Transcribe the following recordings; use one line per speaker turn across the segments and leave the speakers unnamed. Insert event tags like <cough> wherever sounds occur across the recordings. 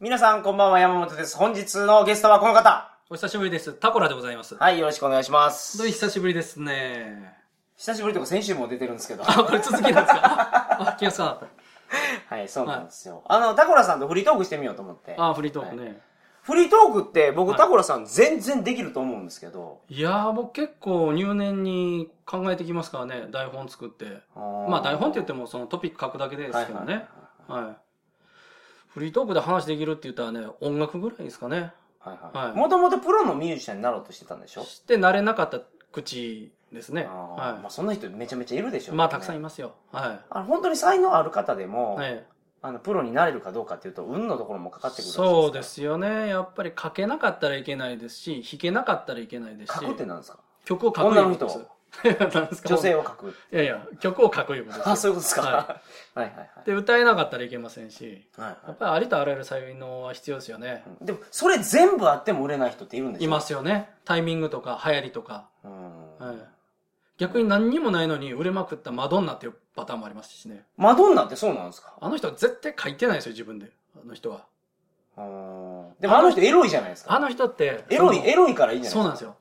皆さんこんばんは、山本です。本日のゲストはこの方。
お久しぶりです。タコラでございます。
はい、よろしくお願いします
本当。に久しぶりですね。
久しぶりとか先週も出てるんですけど。
あ、これ続きなんですか <laughs> あ、気がつかなかっ
はい、そうなんですよ。あの、タコラさんとフリートークしてみようと思って。
た。あ、フリートークね。
フリートークって僕タコラさん全然できると思うんですけど。
い、やー、僕結構入念に考えてきますからね、台本作って。まあ台本って言って
も
もそのトピック書くだけですけど
はい
ね。はい。フリートークで話できるって言ったらね、音楽ぐらいですかね。
はいは。
はいい
もともとプロのミュージシャンになろうとしてたんでしょ
して慣れなかった口ですね。
あーま
は
あそんな人めちゃめちゃいるでし
い。
ょうね
まあたくさんいますよ。は
あの本当に才能ある方でも、
い。ね、
あのプロになれるかどうかっていうと運のところもかかってくるらしい
そうですよね。やっぱり書けなかったらいけないですし、弾けなかったらいけないですし。
書くってなんですか
曲を書く
女の人
いう <laughs> ことです何ですか
女性を書く
いやいや曲を書くいうことですよ
<laughs> あそういうことですか、
は
はい、はいはい
で歌えなかったらいけませんし
はい
や
は
っぱりありとあらゆる才能は必要ですよね
い、でもそれ全部あっても売れない人っているんでしょ
いますよねタイミングとか流行りとか、
うん、
はい、逆に何にもないのに売れまくったマドンナっていうパターンもありますしね
マドンナってそうなんですか
あの人は絶対書いてないですよ自分であの人は
うんでもあの人エロいじゃないです
あ
か
の人って
エロい
その
エロいからいいじゃ
そう
な
ないん
で
ですすよ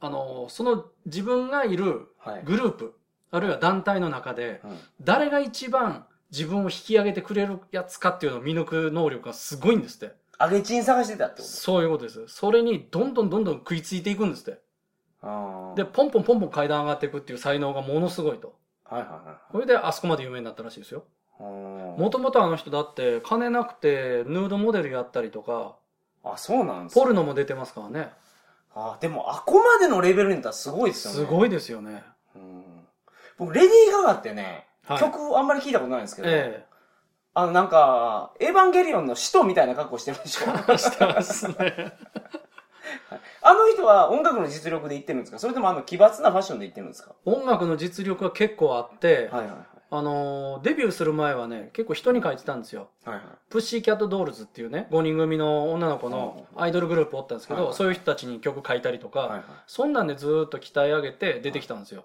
あのその自分がいる
かはい、
グループあるいは団体の中で
うん
誰が一番自分を引き上げてくれるやつかっていうのを見抜く能力がすごいんですって。
あげちん探してたってこ
そういうことです。それにどんどんどんどん食いついていくんですって。
とあー
で、ポンポンポンポン階段上がっていくっていう才能がものすごいと。
はいは
それであそこまで有名になったらしいですよ。
いはいうん
もともとあの人だって金なくてヌードモデルやったりとか、
あそうなんですか
ポルノも出てますからね。
あでもあこまでのレベルにいったらすごいですよね
すごいですよね。
うん僕、レディー・ガガってね、
はい
曲あんまり聞いたことないんですけど、
え
あの、なんか、エヴァンゲリオンの使徒みたいな格好してるでしょ
え。 <laughs> してますね。
あの人は音楽の実力で言ってるんですかそれともあの奇抜なファッションで言ってるんですか
音楽の実力は結構あって、
はいはいはい。
あのー、デビューする前はね、結構人に書いてたんですよ。
はいはい。
プッシーキャットドールズっていうね5人組の女の子のアイドルグループおったんですけど、
はいはい
そういう人たちに曲書いたりとか、
はいはい、
そんなんでずーっと鍛え上げて出てきたんですよ、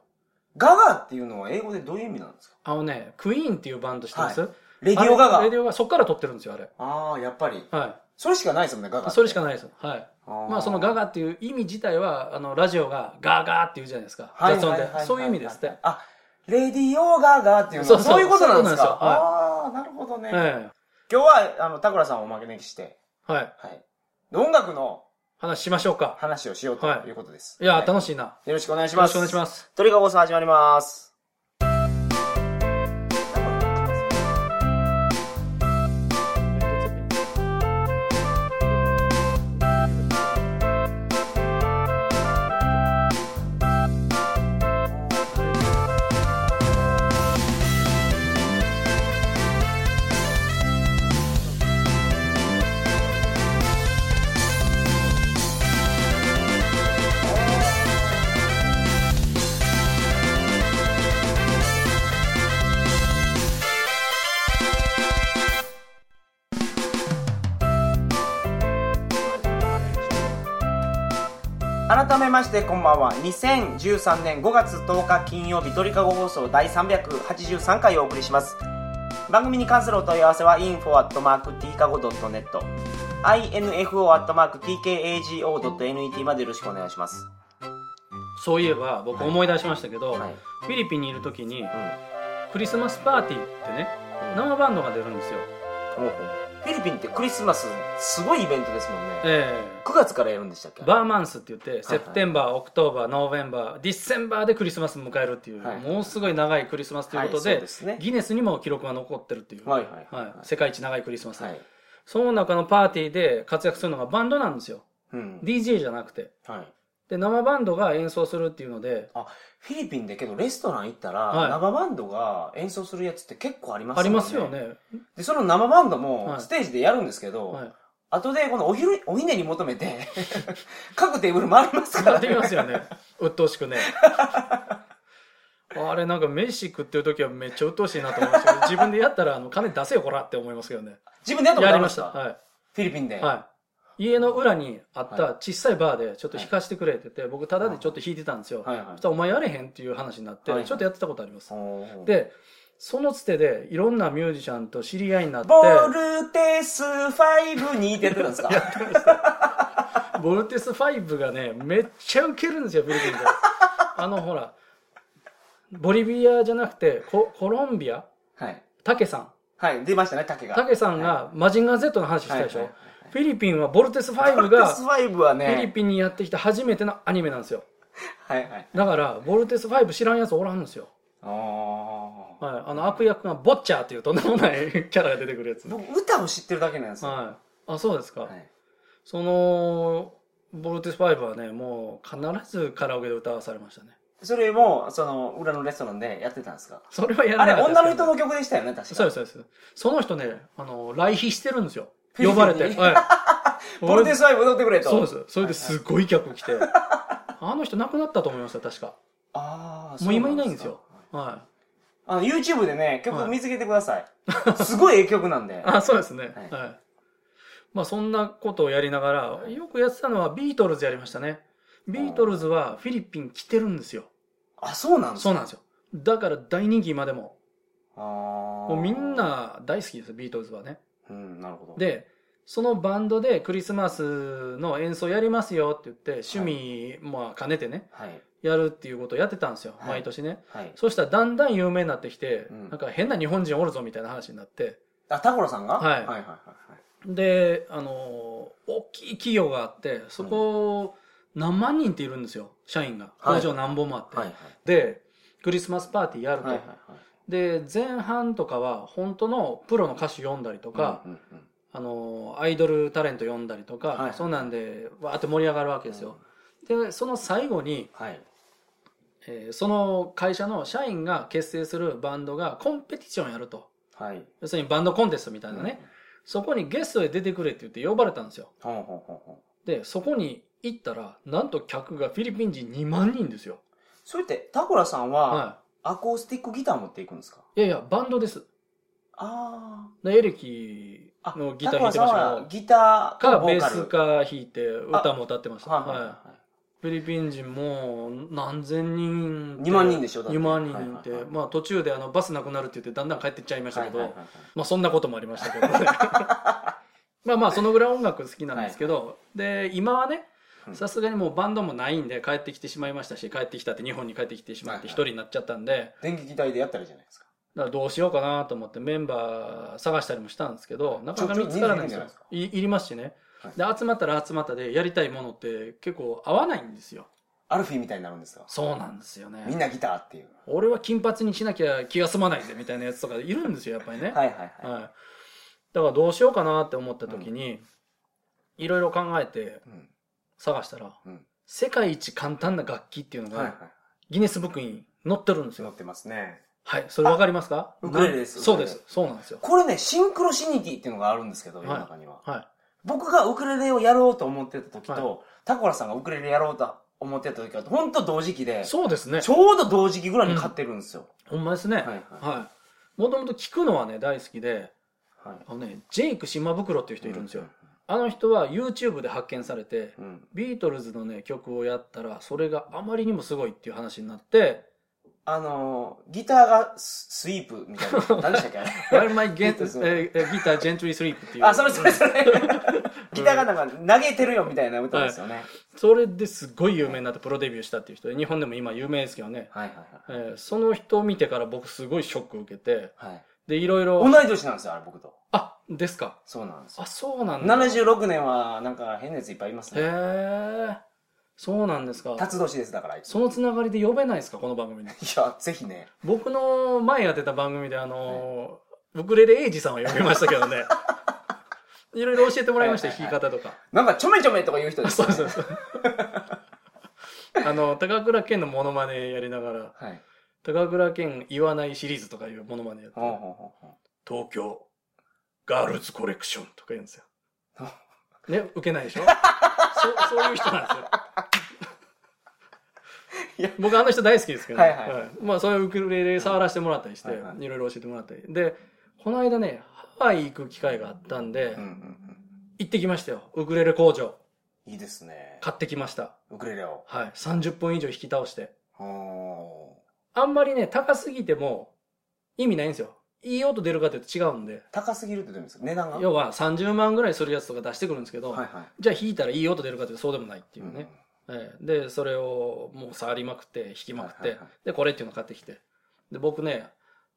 ガガっていうのは英語でどういう意味なんですか
あのねクイーンっていうバンド知ってます、
レディオ・ガ
あ
ガ
れレデ。ィオガガそっから撮ってるんですよあれ
ああ、やっぱり。
は
それしかないですもんね、ガガっ
い
て。
それしかないですはい
あー
まあそのガガっていう意味自体はあのラジオがガーガーっていうじゃないですか
はい
雑
はいは
音
い
で
はい
そういう意味ですって、え
あ、レディオ・ガガっていうのはそ
そううそう
いうことなんですか
そういう
ああー、なるほどね。
え
今日は、あの、タクラさんをお招きして、
はい
はい。音楽の
話しましょうか
話をしようと
はい
いうことです。
いや
は
ー楽しいな
よろしくお願いし
よろ
ま
し
す。
くお願いし
す。
ます
トリガー放送始まります。改めましてこんばんは2013年5月10日金曜日鳥かご放送第383回をお送りします番組に関するお問い合わせは info.tkago.net info.tkago.net までよろしくお願いします
そういえば僕思い出しましたけど、
はい
フィリピンにいる時に
うん
クリスマスパーティーってね
うん
生バンドが出るんですよ
ほうほうフィリピンってクリスマスすごいイベントですもんね
え
9月からやるんでしたっけ
えバーマンスって言ってセプテンバー、オクトーバーノーベンバーディッセンバーでクリスマス迎えるっていう、
はい
ものすごい長いクリスマスということで,、
はいそうですね
ギネスにも記録が残ってるっていう、
はいはいはい
はい世界一長いクリスマス、
はい
その中のパーティーで活躍するのがバンドなんですよ
うん
DJ じゃなくて
はい
で生バンドが演奏するっていうので
フィリピンでけどレストラン行ったら、
はい
生バンドが演奏するやつって結構あります
ありますよね、
で、その生バンド
は
も
い
ステージでやるんですけど、
はい、
後でこのおひるおひねり求めて、 <laughs> 各テーブル回りますか
やっ
ら
て
ね。
きますよね鬱陶しくねあれなんか飯食ってる時はめっちゃ鬱陶しいなと思いましたけど自分でやったらあの金出せよこらって思いますけどね
自分でやったこと
や
あ
り
りま
ま
し。
したたは
フィリピンで。
い、はい、家の裏にあった
は
小さいバーでちょっと弾かせてくれって言って僕タダでちょっと弾いてたんですよ、
はいはい
そしたらお前やれへんっていう話になって
はい
ちょっとやってたことあります、
おー
でそのつてでいろんなミュージシャンと知り合いになって
ボルテス5にってやってたんですか
ボルテス5がねめっちゃウケるんですよフィリピンであのほらボリビアじゃなくてココロンビア
<laughs> はい。
タケさん
はい、出ましたね、竹が。
タケさんがマジンガー Z の話したでしょ、フィリピンはボルテス
ボ
5
ル <laughs> テ
が
ス
フ
5は
ィリ
ね、
ピンにやってきた初めてのアニメなんですよ
はいはい。
だからボルテス5知らんやつおらんんですよ、
ああ。
はい、あの悪役がボッチャーっていうとんでもないキャラが出てくるやつ、はい、
僕、歌を知ってるだけなんですよ。
あそうですか、
はい
そのボルテス5はねもう必ずカラオケで歌わされましたね
それも、その、裏のレストランでやってたんですか
それはや
あ
ら
れ、
なかっ
女
た
の
ですけど
人の曲でしたよね、確か。
そうですそうですその人ねあの来日してるんですよ
フィリピ
呼
ンに
ばれ
<laughs>
て、はい、
ボルテス5踊ってくれと。
そうですそれですごい客来て、あの人亡くなったと思いますよ確か
ああ、
もう今いない
そ
んですよは
あの、YouTube でね、曲
はい
見つけてくだ
<laughs>
さい。すごいええ曲なんで
い。あそうですね
は
はいい、まあそんなことをやりながらよくやってたのはビートルズやりましたねビートルズはフィリピン来てるんですよ
あ、そうなんです
そう
か
なんですよだから大人気今でも
あー
もうみん。な大好きですビートルズはね
うん、なるほど。、
でそのバンドでクリスマスの演奏やりますよって言って趣味、まあ兼ねてね
はい。
やるっていうことをやってたんですよ、
はい
毎年ね
はい。
そしたらだんだん有名になってきて、
うん
なんか変な日本人おるぞみたいな話になって
あ、タコラさんが
はい
はいはいはいはい。
であのー大きい企業があってそこ何万人っているんですよ社員が
は
工
い
場何本もあって、
はいはい。
でクリスマスパーティーやると、
はいはいはい。
で前半とかは本当のプロの歌手読んだりとか、
うんうんうん
あのアイドルタレント呼んだりとか、
はい
そんなんでわーって盛り上がるわけですよ、でその最後に、
はい。
えーその会社の社員が結成するバンドがコンペティションやると
はい。
要するにバンドコンテストみたいなね、そこにゲストで出てくれって言って呼ばれたんですよ
うん。ほうほうほうほう。
でそこに行ったらなんと客がフィリピン人2万人ですよ
それって、タコラさんは、
は
アコースティックギター持っていくんですか
いいやいやバンドです
あ
でエレキ
あ。あ、
のギター弾いてま
タコ
した
ラさん
け
は
ど
ギター
か
とボ
ベ
ー
ー
カ
ス
ル。
か弾いて歌も歌ってました
はいはい
は
はい
フィリピン人も何千人
い。2万人でしょ、だって
2万人って、
はいはいはい
まあ途中であのバスなくなるって言ってだんだん帰ってっちゃいましたけど、
はいはいはいはい
まあそんなこともあり
<laughs>
ましたけどねまあまあそのぐらい音楽好きなんですけど、で今はね
うん
さすがにもうバンドもないんで帰ってきてしまいましたし帰ってきたって日本に帰ってきてしまって
はいはい
一人になっちゃったんで、
電撃隊でやったらいいじゃないですか。
だからどうしようかなと思ってメンバー探したりもしたんですけどなかなか
ちょ
見つからないん
ち
で
ょ人数いるんじゃない
すよ
ですか
いいりますしね、
はい
で集まったら集まったでやりたいものって結構合わないんですよ
アルフィーみたいになるんですか
そうなんですよね
みんなギターっていう。
俺は金髪にしなきゃ気が済まないぜみたいなやつとかいるんですよやっぱりね、
はいはい
はい
はい。
だからどうしようかなって思った時に、いろいろ考えて
うん
探したら、
うん
世界一簡単な楽器っていうの
はいはい
が。ギネスブックに載ってるんですよ、
乗ってますね。
はいそれわかりますか
ウクレレです
なんそう
ウクレ
で
レ
すそうなんですよ
これね、シンクロシニティっていうのがあるんですけど、
は
世
い
の中には。
はい
僕がウクレレをやろうと思ってた時と、
は
タコラさんがウクレレやろうと思ってた時は、ほんと同時期で、ちょ
そうですね
うど同時期ぐらいに買ってるんですよ。
ほんまですね
はいはい
もともと聞くのはね大好きで
はい。
あのねジェイク島袋っていう人いるんですよ、
うん
あの人は YouTube で発見されて
うんうん。
ビートルズのね曲をやったらそれがあまりにもすごいっていう話になって
あのー、ギターがススイープみたいな。何でしたっけあ <laughs> れ
「While My Gen-
そうそう
えーギター Gently Sleep」っていう
あ、それそれそ <laughs> れ。ギターがなんか投げてるよみたいな歌ですよね。
それですごい有名になってプロデビューしたっていう人で日本でも今有名ですけどね、
はいはい
えーその人を見てから僕すごいショックを受けて
はい。はい。
でいろいろ
同い年なんですよ、あれ僕と。
あですか
そうなんですよ。
あそうなんだへ
76年はなんか変なやついっぱいいますね。
えそうなんですか
辰年ですだからあいつ。い
そのつながりで呼べないですかこの番
<laughs>
組に
や、ぜひね。
僕の前やってた番組であのーウクレレエイジさんを呼びましたけ
<laughs>
どねいろいろ教えてもらいました
はい
弾
はい
き
はい
方とか
なんかちょめちょめとか言う人で <laughs>
あ
すよ
そ
ね
うそうそう <laughs> あの高倉健のモノマネやりながら
はい。
高倉健言わないシリーズとかいうモノマネやって
ほうほうほうほう
東京ガールズコレクションとか言うんですよね受けない
<laughs>
でしょそそういう人なんですよ
いや
僕あの人大好きですけど、ね
はいはい
まあそういうウクレレ触らせてもらったりして、
はい
い
はいは
ろいろ教えてもらったりでこの間ねハワイ行く機会があったんで、
うんうん
行ってきましたよウクレレ工場
うん。いいですね。
買ってきました
ウクレレを。
はい30分以上弾き倒して
お
あんまりね高すぎても意味ないんですよいい音出るかっていうと違うんで
高すぎるってどういう意味ですか値段が
要は30万ぐらいするやつとか出してくるんですけど、
はいはいっ
じゃあ弾いたらいい音出るかっていうとそうでもないっ
て
ていうね、ええでそれをもう触りまくって弾きまくって、
はいはいはい
でこれっていうの買ってきてで僕ね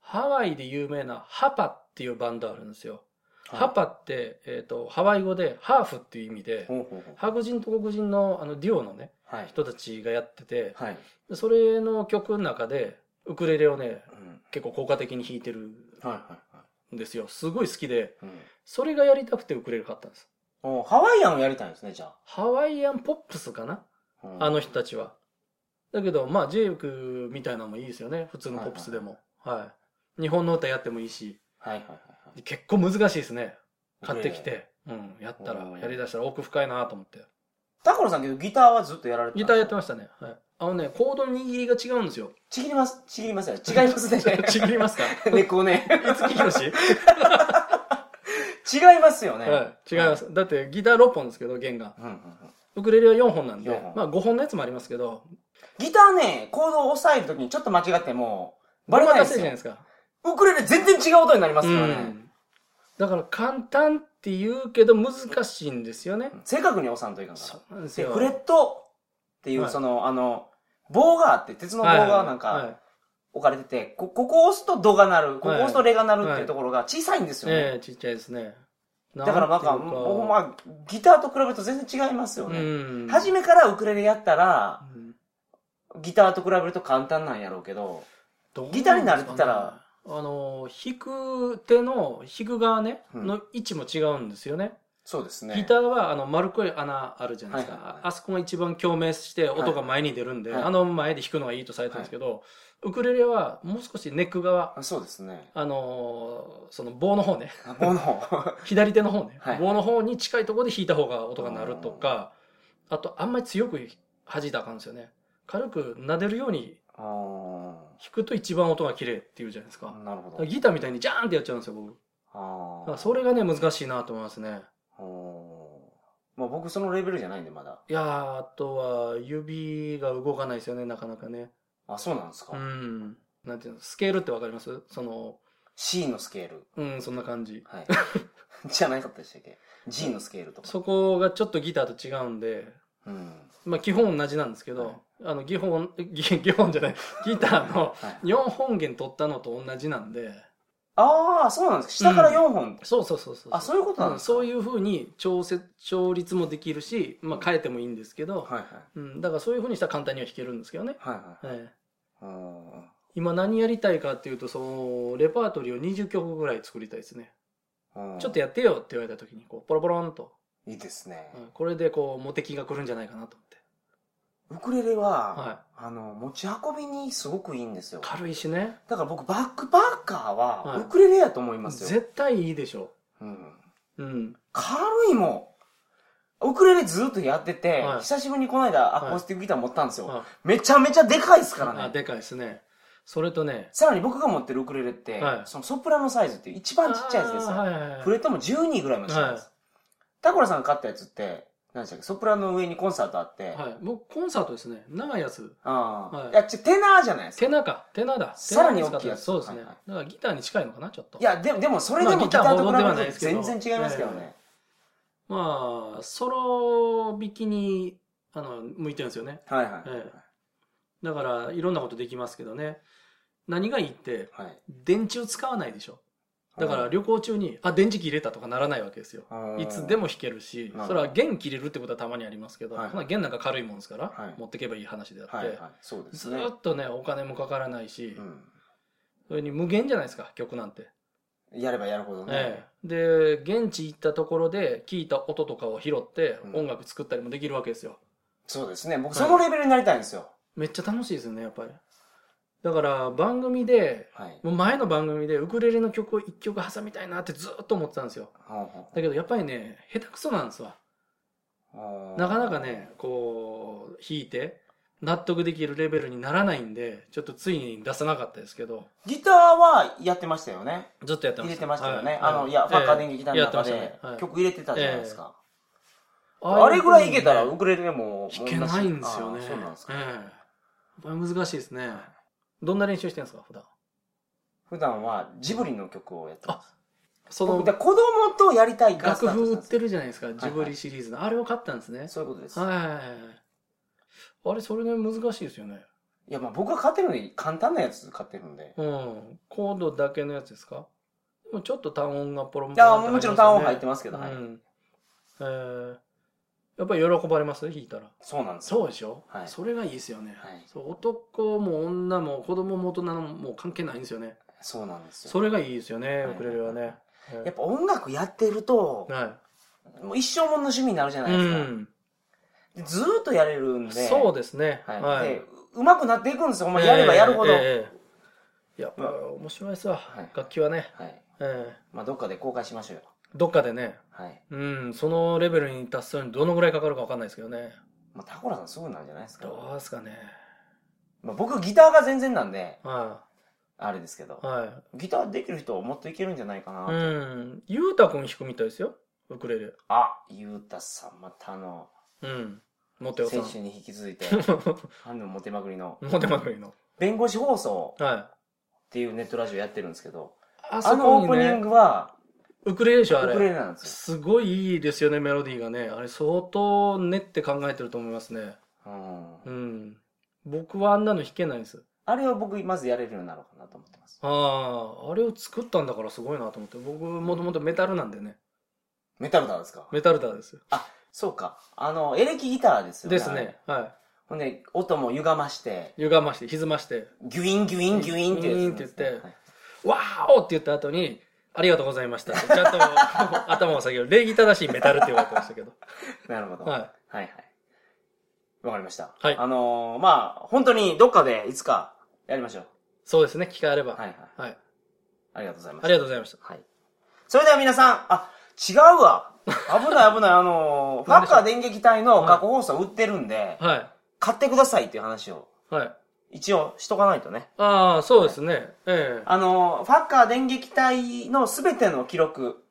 ハワイで有名なハパっていうバンドあるんですよ、ハパって、えー、とハワイ語でハーフっていう意味で、
ほうほうほう
白人と黒人のあのデュオのね
はい
人たちがやってて
はい、
でそれの曲の中でウクレレをね
うん、
結構効果的に弾いてる
はいはいはい
んですよすごい好きで
うん
それがやりたくてウクレレ買ったんです
おハワイアンをやりたいんですねじゃ
ハワイアンポップスかな
あ、うん
あの人たちは。だけど、まあ、ジェイクみたいなのもいいですよね。普通のポップスでも。はい日本の歌やってもいいし。
はいはいはいはい
結構難しいですね。買って
え
き
え
て。うん。やったら
うん、
やりだしたら奥深いなと思って。
タコロさんけどギターはずっとやられて
ギターやって
ま
ましたね。はい。あのね、コードの握りが違うん <laughs> ですよ。
ちぎりますちぎりますよ違いますね
ち <laughs> ょっとちぎりますか
猫ね
五木ひろし
違いますよね
はい。違いま、す。だって、ギター6本ですけど、弦が。
うんうんうん、
ウクレレは4本なんで
四本、
まあ5本のやつもありますけど、
ギターねコードを押さえるときにちょっと間違ってもバ
バ
レ
レ
ないで
出せる
す
じゃ
よ
ないですか。
ウクレレ全然違う音になりますからね、
うんだから簡単って言うけど難しいんですよね。
正確に押さんといかんから
そうなんです
で
よ。
フレットっていう、
はい
その、あの、棒があって、鉄の棒がなん
はいはい
か
はい
置かれてて、こここを押すとドが鳴る、ここを押すとレが鳴るって
はいいう
ところが小さいんですよね。
ええちっちゃいですね。だ
だからなんか、もうまあ、ギターと比べると全然違いますよね。
うん。
初めからウクレレやったら、
うん
ギターと比べると簡単なんやろうけど、
どうなんですか
ギター
ね
になるって言ったら、
あの、弾く手の、弾く側ね、
うん
の位置も違うんですよね。
そうですね。
ギターはあの丸っこい穴あるじゃないですか、
はいはいはい
あそこが一番共鳴して音が前に出るんで、
はいはい
あの前で弾くのがいいとされてるんですけど、ウクレレはもう少しネック側、
あそうですね。
あのーその棒の方ね、
あ棒の方。
左手の方ね、
はい
棒の方に近いところで弾いた方が音が鳴るとか、あとあんまり強く弾いたらあかんですよね。軽く撫でるように
あー
弾くと一番音が綺麗っていうじゃないですか。だ
なるほ
から
ど。
ギターみたいにジャーンってやっちゃうんですよ、僕。
あー
だからそれがね、難しいなと思いますね。
あーまあ僕そのレベルじゃないんで、まだ。
いやー、あとは指が動かないですよね、なかなかね。
あ、そうなんですか。
うん。なんていうの、スケールってわかりますその、
C のスケール。
うん、そんな感じ。
<laughs> はい。じゃないかったでしたっけ ?G のスケールとか。
そこがちょっとギターと違うんで、
うん。
まあ基本同じなんですけど、
はい
あの、基本、 <laughs> ぎ基本じゃない、ギターの
はい。
4本弦取ったのと同じなんで、
ああ、そうなんですか。下から
うん
4本。
そうそうそうそう。
あ、そういうことなん
うん
ですか、。
そういううふうに調節、調律もできるし、まあ変えてもいいんですけど、
はいはい。
うん、だからそういうふうにしたら簡単には弾けるんですけどね。
はいはい。
ええ
うーん
今何やりたいかっていうと、その、レパートリーを20曲ぐらい作りたいですね。
うん
ちょっとやってよって言われた時に、こう、ポロポロンと、
いいですね。
うんこれでこう、モテ期が来るんじゃないかなと思って。
ウクレレは、
は
あの、持ち運びにすごくいいんですよ。
軽いしね。
だから僕、バックパッカー
は
は、
い
ウクレレやと思いますよ。
絶対いいでしょ
うん、
う。うん。
軽いもん。ウクレレずっとやってて、
はい
久しぶりにこの間、ア
はい
コースティックギター持ったんですよ。
あ
めちゃめちゃでかいですからね。
あ、でかいですね。それとね、
さらに僕が持ってるウクレレって、
はい
そのソプラノサイズっていう一番ちっちゃいやつですよ。
あーはいはいはい
フレットも12ぐらいまでしたんです。タコラさんが買ったやつって、何でしたっけソプラノの上にコンサートあって、
はい。僕、コンサートですね。長いやつ。
ああ、
はい
い、や、ちょテナーじゃないですか。
手中、手中だ。
さらに
手中
大きいやつ
そうですね。
はいはい
だからギターに近いのかな、ちょっと。
いや、でも、でもそれで
まあ
もギ
ギ
タ
ター
ーと
ほ
比
どでは
べ
ない
る
で
と
すけど
全然違いますけどね。
まあ、ソロ弾きに、あの、向いてるんですよね。
はいはい。
えだから、いろんなことできますけどね。何がいいって、
はい
電池を使わないでしょ。だから、旅行中に、あ、電池切れたとかならないわけですよ。
うん
いつでも弾ける
なる
し
ほど、
それは弦切れるってことはたまにありますけど、
はい
そんな弦なんか軽いもんですから、
はい
持ってけばいい話であって、
はいはい。そうです
ず
ね
ー。っとね、お金もかからないし、
うん。
それに無限じゃないですか、曲なんて。
やればやるほどね。
ええで、現地行ったところで聞いた音とかを拾って
う、ん
音楽作ったりもできるわけですよ。
そうですね。僕、
はい
そのレベルになりたいんですよ。
めっちゃ楽しいですよね、やっぱり。だから、番組で、
はい。
もう前の番組でウクレレの曲を1曲挟みたいなってずーっと思ってたんですよ。
ほうほ
だけど、やっぱりね、下手くそなんですわ。
ううん
なかなかね、こう、弾いて、納得できるレベルにならないんで、ちょっとついに出さなかったですけど、
ギターはやってましたよね。
ずっとやってま
入
し
れて
た。
ましたよね。
はい
あの、いや、フ
ええ
ァッカー電撃団の
やって
中
ました
で
ねはい
曲入れてたじゃないですか。
あ
あれぐらいいけたら、
う
ウクレレも
弾けないんですよね。
あーそうなんですか。
ええやっぱり難しいですね。どんな練習してるんですか、普段。
普段はジブリの曲をやってます。
そ
僕
の
で子供とやりたいがス
楽
タート
譜
し
売
たん
っ
です
てるじゃないですか
い
ジブリシリーズのあれを買ったんですね
そういうことです。
はいはいはいはいあれそれね難しいですよね
いや、まあ僕が買ってるので簡単なやつ買ってるんで。
うんコードだけのやつですかでもちょっと単音がポロン
い
ポロ
や、
ンと
もちろん単音入
入
っ
ってて
ますけ
ま
ど、は
す
い
よね。うんえーやっぱり喜ばれます弾いたら
そうなんですよ。
そうでしょ、
はい
それがいいですよね、
はい
そう男も女も子供も大人も関係ないんですよね
そうなんですよ。
それがいいですよね
はい
ウクレレはね、
やっぱ音楽やってると、
は
もう一生もの趣味になるじゃない
い、
で
う
すか。
ん、
でずーっとやれるんで。
そうですね
はい。
はい、
で、うまくなっていくんですよ。ほんまやればやるほど。
ええええやっぱ面白いですわ、
はい
楽器はね、
はい。
え
まあどっかで公開しましょうよ。
えどっかでね
はい。
うんそのレベルに達するのにどのぐらいかかるかわかんないですけどね
まあタコラさんすぐなんじゃないですか。
どうですかね
まあ僕ギターが全然なんで、
は
あれですけど
い。は
ギターできる人もっといけるんじゃないか
い
な。
うん裕太君弾くみたいですよウクレレ
あ、ゆうたさん、またあの、
うんモテオさん
選手に引き続いて、あのモテまくりの、
<laughs> モテまくりの
弁護士放送
はい
っていうネットラジオやってるんですけど、
あ
あのオープニングは、
ウクレレでしょあ
ウクレレ
れ
なんです
すごいいいですよねメロディーがねあれ相当練って考えてると思いますね
よ。うん
うん僕はあんなの弾けないんです
あれを僕、まずやれるようになろうかなと思ってます。
あああれを作ったんだからすごいなと思って僕もともとメタルなんでね
メタルターですか
メタルターですよ
そうか。あの、エレキギターですよね。
です
あれ
ね。は
ほんで、音も歪まして、
い歪まして歪まして
ギュインギュインギュインってやつなんですね
ギュインって言って
はい
「わーお!」って言った後に「ありがとうございました」ちゃんと頭を下げる礼儀正しいメタルって言われてましたけど
なるほど。
は
はいいはい。わかりました。
はい
あのー、まあ、本当にどっかでいつかやりましょう。
そうですね機会あれば
はいはい。
はい、
ありがとうございま
あ
す
り。がとうございました
はい。それでは皆さん、あ、違うわ。危ない危ない。あの <laughs> ー、ファッカー電撃隊の過去放送売ってるんで、
は
買ってくださいっていう話を、
いはい
一応しとかないとね。
ああそうですね、ええ
あのー、ファッカー電撃隊のすべての記録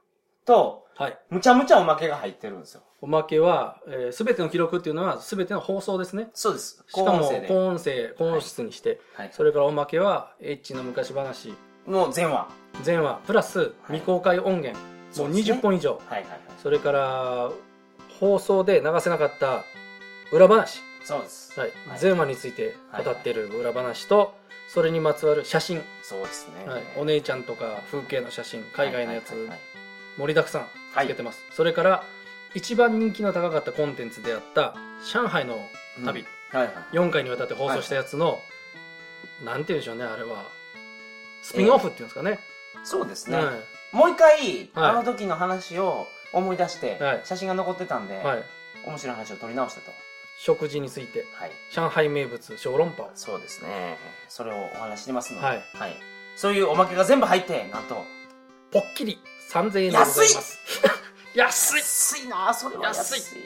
と、
はい
むちゃむちゃおまけが入ってるんですよ。
おまけは、えー、全ての記録っていうのは全ての放送ですね
そうです。
しか
高音
も
声で。
高音声高音質にして、
はい。
それからおまけはエッチの昔話
の全話。
全話プラス未公開音源、
そう
もう
ですね
20本以上
はいはいはい。
それから放送で流せなかった裏話、
そうです。
はい
はい
全話について語っている裏話と、それにまつわる写真、
そうですね。
はいお姉ちゃんとか風景の写真海外のやつ
はいはいはい
盛りだくさん
はい
つけてます、それから一番人気の高かったコンテンツであった上海の旅、
はいはいはい。
4回にわたって放送したやつの、なんて言うんでしょうねあれはスピンオフっていうんですかね、
そうです
は
ね。もう一回、
はい
あの時の話を思い出して、
はい
写真が残ってたんで、
い、はい、
面白い話を撮り直したと。
食事について
はい。
上海名物小籠包
そうですね。それをお話ししてますので、
はい
そういうおまけが全部入って、なんと、
ポッキリ3000円でございます <laughs> 安い
安いなそれは安い。
安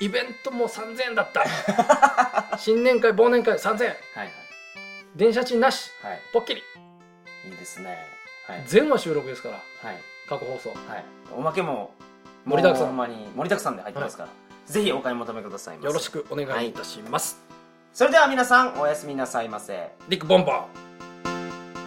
イベントも3000円だった <laughs> 新年会忘年会3000円
はい
電車賃なし
はい。は
ポッキリ
い。いいですね。はい。
全話収録ですから
はい。
過去放送
はい。おまけも、
盛りだく
も
さん
うほんまに盛りだくさんで入ってますから、ぜひお買い求めくださいませ
よろしくお願いいたします、
それでは皆さん、おやすみなさいませ。
リックボンバー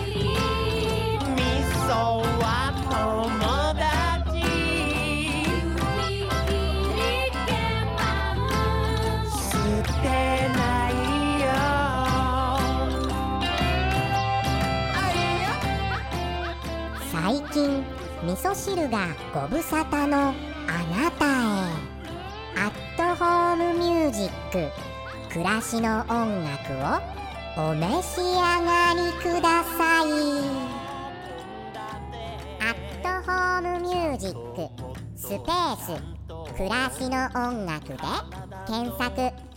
「みそはともだち」「すてないよ」
最近味噌汁がご無沙汰のあなたへアットホームミュージック暮らしの音楽をお召し上がりくださいアットホームミュージックスペース暮らしの音楽で検索